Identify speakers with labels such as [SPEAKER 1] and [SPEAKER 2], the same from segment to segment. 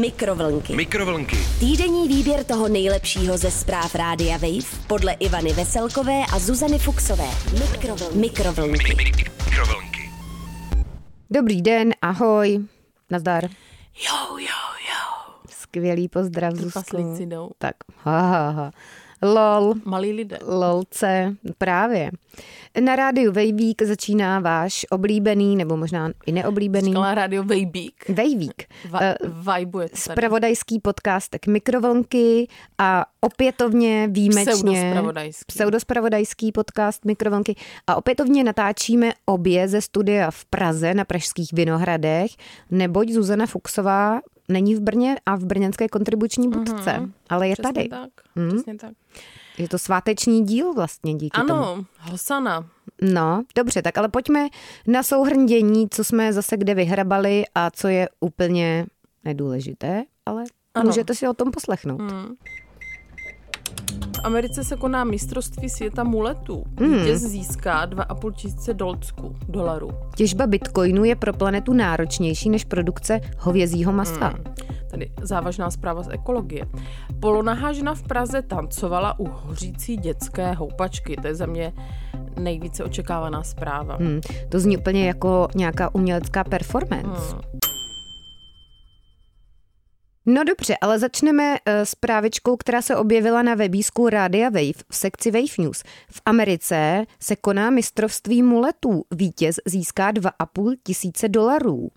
[SPEAKER 1] Mikrovlnky.
[SPEAKER 2] Mikrovlnky.
[SPEAKER 1] Týdenní výběr toho nejlepšího ze zpráv Rádia Wave podle Ivany Veselkové a Zuzany Fuxové. Mikrovlnky. Mikrovlnky.
[SPEAKER 2] Mikrovlnky.
[SPEAKER 3] Dobrý den, ahoj. Nazdar.
[SPEAKER 4] Jo, jo, jo.
[SPEAKER 3] Skvělý pozdrav, Zuzku.
[SPEAKER 4] Trpaslíci jdou.
[SPEAKER 3] Tak, ha, ha, ha. Lol,
[SPEAKER 4] Malí lidé.
[SPEAKER 3] lolce, právě. Na rádiu Vejvík začíná váš oblíbený, nebo možná i neoblíbený,
[SPEAKER 4] Říkala rádio Vejbík.
[SPEAKER 3] Vejvík.
[SPEAKER 4] Va-
[SPEAKER 3] Eh,
[SPEAKER 4] vajbuje to tady.
[SPEAKER 3] Spravodajský podcastek Mikrovlnky a opětovně výjimečně
[SPEAKER 4] Pseudospravodajský.
[SPEAKER 3] pseudospravodajský podcast Mikrovlnky a opětovně natáčíme obě ze studia v Praze na Pražských Vinohradech, neboť Zuzana Fuxová není v Brně a v brněnské kontribuční budce, ale je
[SPEAKER 4] Mhm,
[SPEAKER 3] tady.
[SPEAKER 4] Přesně tak. Hmm? Přesně tak.
[SPEAKER 3] Je to sváteční díl vlastně díky tomu.
[SPEAKER 4] Ano, Hosana.
[SPEAKER 3] No, dobře, tak ale pojďme na souhrn dění, co jsme zase kde vyhrabali a co je úplně nedůležité, ale ano.
[SPEAKER 4] Ano.
[SPEAKER 3] můžete si o tom poslechnout. Hmm.
[SPEAKER 4] V Americe se koná mistrovství světa muletů.
[SPEAKER 3] Hmm.
[SPEAKER 4] Vítěz získá 2,5 tisíce dolcku, dolarů.
[SPEAKER 3] Těžba bitcoinu je pro planetu náročnější než produkce hovězího masa.
[SPEAKER 4] Tady závažná zpráva z ekologie. Polonahá žena v Praze tancovala u hořící dětské houpačky. To je za mě nejvíce očekávaná zpráva.
[SPEAKER 3] Hmm. To zní úplně jako nějaká umělecká
[SPEAKER 4] Hmm.
[SPEAKER 3] performance. No dobře, ale začneme eh, s právičkou, která se objevila na webísku Rádia Wave v sekci Wave News. V Americe se koná mistrovství muletů. Vítěz získá 2,5 tisíce dolarů.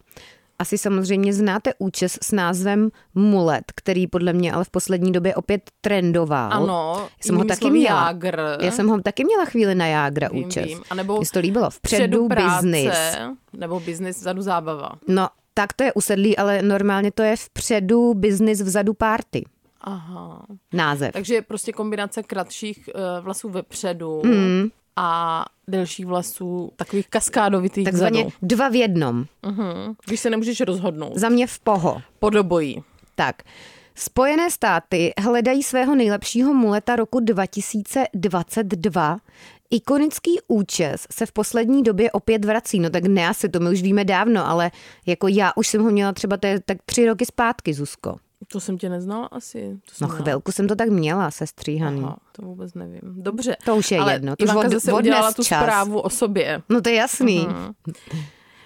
[SPEAKER 3] Asi samozřejmě znáte účes s názvem mulet, který podle mě ale v poslední době opět trendoval.
[SPEAKER 4] Ano,
[SPEAKER 3] Já jsem ho
[SPEAKER 4] jinými
[SPEAKER 3] taky
[SPEAKER 4] slovy
[SPEAKER 3] měla.
[SPEAKER 4] Jágr.
[SPEAKER 3] Já jsem ho taky měla chvíli na Jágra
[SPEAKER 4] Vím,
[SPEAKER 3] účes.
[SPEAKER 4] vím. A nebo
[SPEAKER 3] Mně se to líbilo. Vpředu
[SPEAKER 4] Předu práce,
[SPEAKER 3] business.
[SPEAKER 4] Nebo business, vzadu zábava.
[SPEAKER 3] No, tak to je usedlý, ale normálně to je vpředu business, vzadu party.
[SPEAKER 4] Aha.
[SPEAKER 3] Název.
[SPEAKER 4] Takže prostě kombinace kratších eh, vlasů vepředu mm. a delších vlasů, takových kaskádovitých
[SPEAKER 3] Takzvaně
[SPEAKER 4] vzadu.
[SPEAKER 3] dva v jednom.
[SPEAKER 4] Mhm. Když se nemůžeš rozhodnout.
[SPEAKER 3] Za mě v poho.
[SPEAKER 4] Podobojí.
[SPEAKER 3] Tak. Spojené státy hledají svého nejlepšího muleta roku 2022. Ikonický účes se v poslední době opět vrací. No tak ne asi, to my už víme dávno, ale jako já už jsem ho měla třeba to je tak tři roky zpátky, Zuzko.
[SPEAKER 4] To jsem tě neznala asi. To
[SPEAKER 3] No
[SPEAKER 4] jsem
[SPEAKER 3] chvilku jsem to tak měla sestříhaný.
[SPEAKER 4] Aha, to vůbec nevím. Dobře.
[SPEAKER 3] To už je
[SPEAKER 4] Ale
[SPEAKER 3] jedno, to už
[SPEAKER 4] Ivanka
[SPEAKER 3] od-
[SPEAKER 4] zase
[SPEAKER 3] od
[SPEAKER 4] udělala
[SPEAKER 3] dnes
[SPEAKER 4] tu
[SPEAKER 3] čas.
[SPEAKER 4] zprávu o sobě.
[SPEAKER 3] No to je jasný.
[SPEAKER 4] Mhm.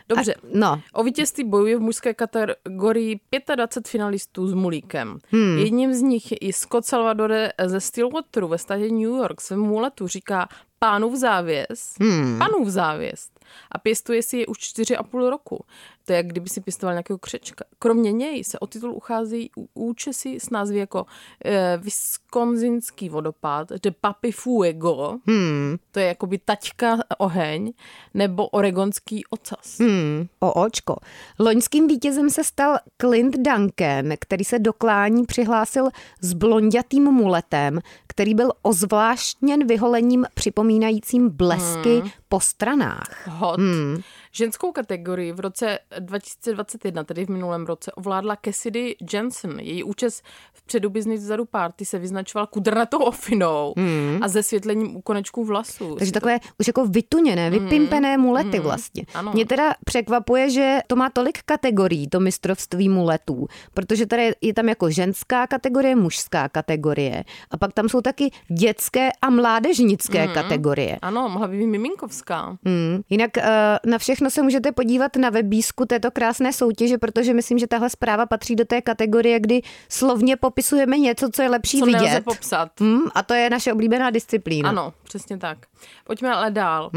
[SPEAKER 4] Dobře.
[SPEAKER 3] No,
[SPEAKER 4] O vítězství bojuje v mužské kategorii 25 finalistů s Mulíkem. Hmm. Jedním z nich je i Scott Salvadore ze Stillwateru ve státě New York. Svému muletu říká pánův závěs. Hmm. Pánův závěs. A pěstuje si je už 4,5 roku. To je, jak kdyby si pěstoval nějakého křečka. Kromě něj se o titul ucházejí ú- účesy s názvy jako eh, Wisconsinský vodopád, The Papi Fuego,
[SPEAKER 3] hmm,
[SPEAKER 4] to je jakoby taťka oheň, nebo Oregonský ocas.
[SPEAKER 3] hmm, o očko. Loňským vítězem se stal Clint Duncan, který se doklání přihlásil s blondětým muletem, který byl ozvláštněn vyholením připomínajícím blesky po stranách.
[SPEAKER 4] Hot.
[SPEAKER 3] Hmm.
[SPEAKER 4] Ženskou kategorii v roce 2021, tedy v minulém roce, ovládla Cassidy Jensen. Její účes v předu business vzadu party se vyznačoval kudrnatou ofinou a zesvětlením u konečků vlasů.
[SPEAKER 3] Hmm. Takže takové už jako vytuněné, vypimpené mulety vlastně.
[SPEAKER 4] ano.
[SPEAKER 3] Mě teda překvapuje, že to má tolik kategorií, to mistrovství muletů, protože tady je- je tam jako ženská kategorie, mužská kategorie a pak tam jsou taky dětské a mládežnické kategorie.
[SPEAKER 4] Ano, mohla by být miminkovská.
[SPEAKER 3] Hmm. Jinak eh, na všechno se můžete podívat na webísku této krásné soutěže, protože myslím, že tahle zpráva patří do té kategorie, kdy slovně popisujeme něco, co je lepší
[SPEAKER 4] Co nelze
[SPEAKER 3] vidět.
[SPEAKER 4] popsat.
[SPEAKER 3] Hmm, a to je naše oblíbená disciplína.
[SPEAKER 4] Ano, přesně tak. Pojďme ale dál.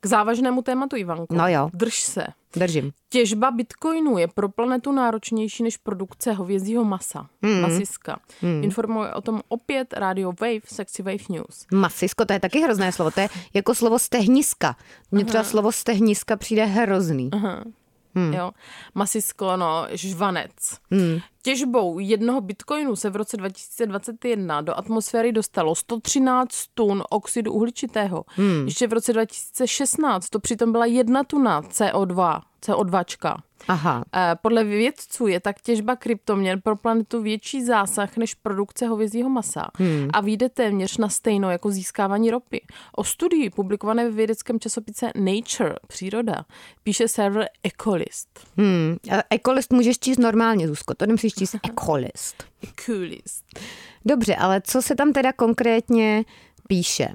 [SPEAKER 4] K závažnému tématu, Ivanko.
[SPEAKER 3] Hmm. No jo.
[SPEAKER 4] Drž se.
[SPEAKER 3] Držím.
[SPEAKER 4] Těžba bitcoinu je pro planetu náročnější než produkce hovězího masa, mm. masiska. Mm. Informuje o tom opět Radio Wave, Sexy Wave News.
[SPEAKER 3] Masisko, to je taky hrozné slovo. To je jako slovo stehniska. Mně třeba slovo stehniska přijde hrozný.
[SPEAKER 4] Mm. Jo? Masisko, no, žvanec. Mm. Těžbou jednoho bitcoinu se v roce 2021 do atmosféry dostalo 113 tun oxidu uhličitého. Mm. Ještě v roce 2016 to přitom byla jedna tuna CO2 CO2.
[SPEAKER 3] Aha.
[SPEAKER 4] Eh, Podle vědců je tak těžba kryptoměn pro planetu větší zásah než produkce hovězího masa a vyjde téměř na stejno jako získávání ropy. O studii publikované ve vědeckém časopise Nature, příroda, píše server Ecolist.
[SPEAKER 3] Hmm. A Ekolist můžeš číst normálně, Zuzko, to nemusíš číst ekolist.
[SPEAKER 4] Ecolist.
[SPEAKER 3] Dobře, ale co se tam teda konkrétně píše?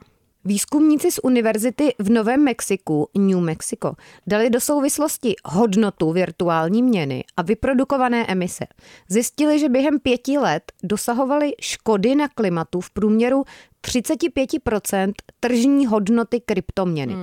[SPEAKER 3] Výzkumníci z univerzity v Novém Mexiku, New Mexico, dali do souvislosti hodnotu virtuální měny a vyprodukované emise. Zjistili, že během pěti let dosahovaly škody na klimatu v průměru 35% tržní hodnoty kryptoměny.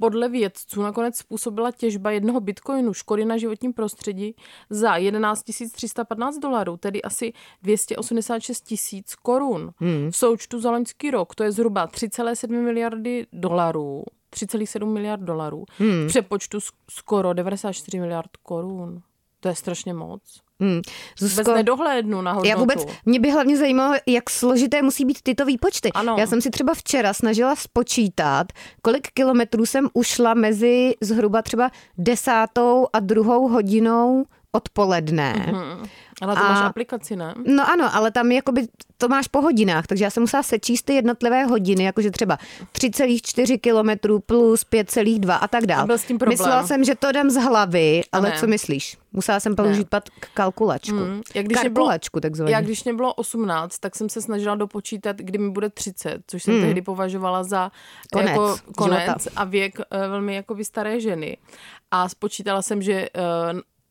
[SPEAKER 4] Podle vědců nakonec způsobila těžba jednoho bitcoinu škody na životním prostředí za 11 315 dolarů, tedy asi 286 tisíc korun. Hmm. V součtu za loňský rok to je zhruba 3,7 miliardy dolarů. 3,7 miliard dolarů. Hmm. V přepočtu sk- skoro 94 miliard korun. To je strašně moc.
[SPEAKER 3] Hmm.
[SPEAKER 4] Vůbec
[SPEAKER 3] Zuzko,
[SPEAKER 4] nedohlédnu na hodnotu.
[SPEAKER 3] Já vůbec, mě by hlavně zajímalo, jak složité musí být tyto výpočty.
[SPEAKER 4] Ano.
[SPEAKER 3] Já jsem si třeba včera snažila spočítat, kolik kilometrů jsem ušla mezi zhruba třeba desátou a druhou hodinou odpoledne.
[SPEAKER 4] Hm. Ale to
[SPEAKER 3] A-
[SPEAKER 4] máš aplikaci, ne?
[SPEAKER 3] No ano, ale tam jakoby to máš po hodinách, takže já jsem musela sečíst ty jednotlivé hodiny, jakože třeba 3,4 kilometrů plus 5,2 a tak
[SPEAKER 4] A
[SPEAKER 3] dále.
[SPEAKER 4] byl s tím problém.
[SPEAKER 3] Myslela jsem, že to dám z hlavy, ale
[SPEAKER 4] ne.
[SPEAKER 3] co myslíš? Musela jsem použít pat k kalkulačku.
[SPEAKER 4] Mm, jak když mě bylo-
[SPEAKER 3] kalkulačku takzvaně.
[SPEAKER 4] Já když mě bylo 18, tak jsem se snažila dopočítat, kdy mi bude 30, což jsem tehdy považovala za
[SPEAKER 3] Hmm. Konec
[SPEAKER 4] jako
[SPEAKER 3] života.
[SPEAKER 4] konec a věk eh, velmi jakoby staré ženy. A spočítala jsem, že eh,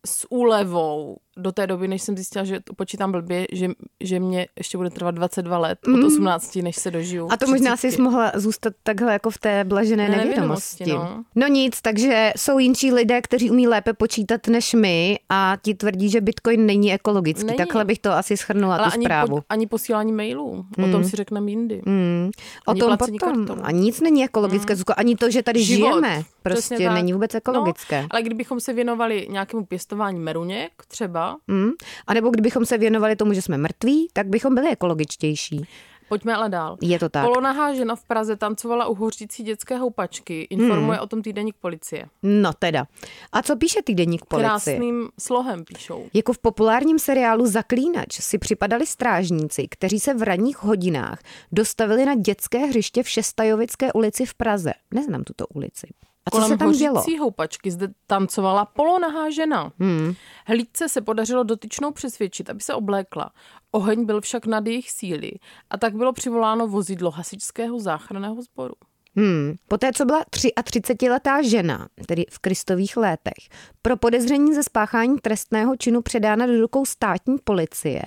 [SPEAKER 4] s úlevou do té doby, než jsem zjistila, že to počítám blbě, že, že mě ještě bude trvat 22 let od 18, než se dožiju.
[SPEAKER 3] Hmm. A to možná
[SPEAKER 4] 30.
[SPEAKER 3] si mohla zůstat takhle jako v té blažené
[SPEAKER 4] Ne,
[SPEAKER 3] nevědomosti.
[SPEAKER 4] nevědomosti, no.
[SPEAKER 3] no nic, takže jsou jinší lidé, kteří umí lépe počítat než my a ti tvrdí, že Bitcoin není ekologický.
[SPEAKER 4] Není.
[SPEAKER 3] Takhle bych to asi shrnula
[SPEAKER 4] Ale
[SPEAKER 3] tu
[SPEAKER 4] ani,
[SPEAKER 3] zprávu.
[SPEAKER 4] po, ani posílání mailů, o tom si řekneme jindy.
[SPEAKER 3] Hmm. O
[SPEAKER 4] ani
[SPEAKER 3] tom
[SPEAKER 4] placení
[SPEAKER 3] potom.
[SPEAKER 4] kartou.
[SPEAKER 3] A nic není ekologické, Zuzko. Ani to, že tady
[SPEAKER 4] Mm. Život.
[SPEAKER 3] žijeme,
[SPEAKER 4] Přesně
[SPEAKER 3] prostě
[SPEAKER 4] tak.
[SPEAKER 3] není vůbec ekologické.
[SPEAKER 4] No, ale kdybychom se věnovali nějakému pěstování meruněk třeba,
[SPEAKER 3] Hmm. A nebo kdybychom se věnovali tomu, že jsme mrtví, tak bychom byli ekologičtější.
[SPEAKER 4] pojďme ale dál.
[SPEAKER 3] Je to tak.
[SPEAKER 4] Polonahá žena v Praze tancovala u hořící dětské houpačky, informuje
[SPEAKER 3] Hmm.
[SPEAKER 4] o tom týdeník policie.
[SPEAKER 3] No teda. A co píše týdeník policie?
[SPEAKER 4] Krásným slohem píšou.
[SPEAKER 3] Jako v populárním seriálu Zaklínač si připadali strážníci, kteří se v ranních hodinách dostavili na dětské hřiště v Šestajovické ulici v Praze. Neznám tuto ulici. A co
[SPEAKER 4] Kolem
[SPEAKER 3] se tam
[SPEAKER 4] hořící
[SPEAKER 3] dělo?
[SPEAKER 4] houpačky zde tancovala polonahá žena. Hmm. Hlídce se podařilo dotyčnou přesvědčit, aby se oblékla. Oheň byl však nad jejich síly a tak bylo přivoláno vozidlo hasičského záchranného sboru.
[SPEAKER 3] Hmm. Poté, co byla 33-letá žena, tedy v kristových létech, pro podezření ze spáchání trestného činu předána do rukou státní policie,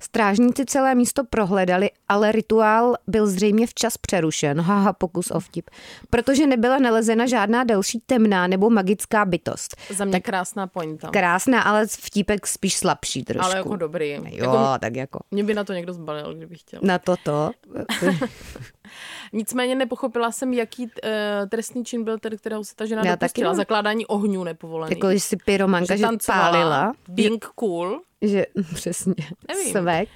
[SPEAKER 3] strážníci celé místo prohledali, ale rituál byl zřejmě včas přerušen. Haha, pokus o vtip. Protože nebyla nalezena žádná další temná nebo magická bytost.
[SPEAKER 4] Za mě tak krásná pointa.
[SPEAKER 3] Krásná, ale vtípek spíš slabší trošku.
[SPEAKER 4] Ale jako dobrý. Jo. Jako,
[SPEAKER 3] Jo, tak jako.
[SPEAKER 4] mě by na to někdo zbalil, kdyby chtěl.
[SPEAKER 3] Na toto.
[SPEAKER 4] Nicméně nepochopila jsem, jaký eh, trestný čin byl ten, kterého se ta žena
[SPEAKER 3] Já taky
[SPEAKER 4] dopustila.
[SPEAKER 3] ne.
[SPEAKER 4] Zakládání ohňů nepovolený.
[SPEAKER 3] jako, že si pyromanka, že, že pálila.
[SPEAKER 4] Being cool.
[SPEAKER 3] Že, přesně,
[SPEAKER 4] Nevím.
[SPEAKER 3] svek.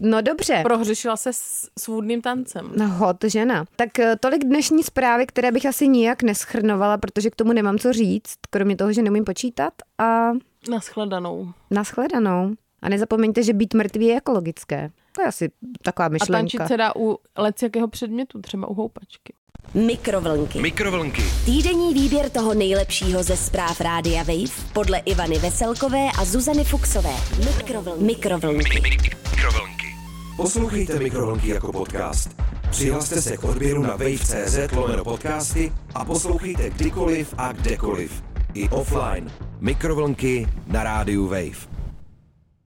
[SPEAKER 3] No dobře,
[SPEAKER 4] Prohřešila se s svůdným tancem.
[SPEAKER 3] No, hot žena. Tak eh, tolik dnešní zprávy, které bych asi nijak neschrnovala, protože k tomu nemám co říct, kromě toho, že neumím počítat a
[SPEAKER 4] Naschledanou.
[SPEAKER 3] nashledanou. A nezapomeňte, že být mrtvý je ekologické. To je asi taková
[SPEAKER 4] A tančit
[SPEAKER 3] myšlenka.
[SPEAKER 4] se dá u leckého předmětu, třeba u houpačky.
[SPEAKER 1] Mikrovlnky.
[SPEAKER 2] Mikrovlnky.
[SPEAKER 1] Týdenní výběr toho nejlepšího ze zpráv Rádia Wave podle Ivany Veselkové a Zuzany Fuxové. Mikrovlnky. Mikrovlnky.
[SPEAKER 2] Mikrovlnky. Poslouchejte Mikrovlnky jako podcast. Přihlaste se k odběru na wave.cz lomeno podcasty a poslouchejte kdykoliv a kdekoliv. I offline. Mikrovlnky na rádiu Wave.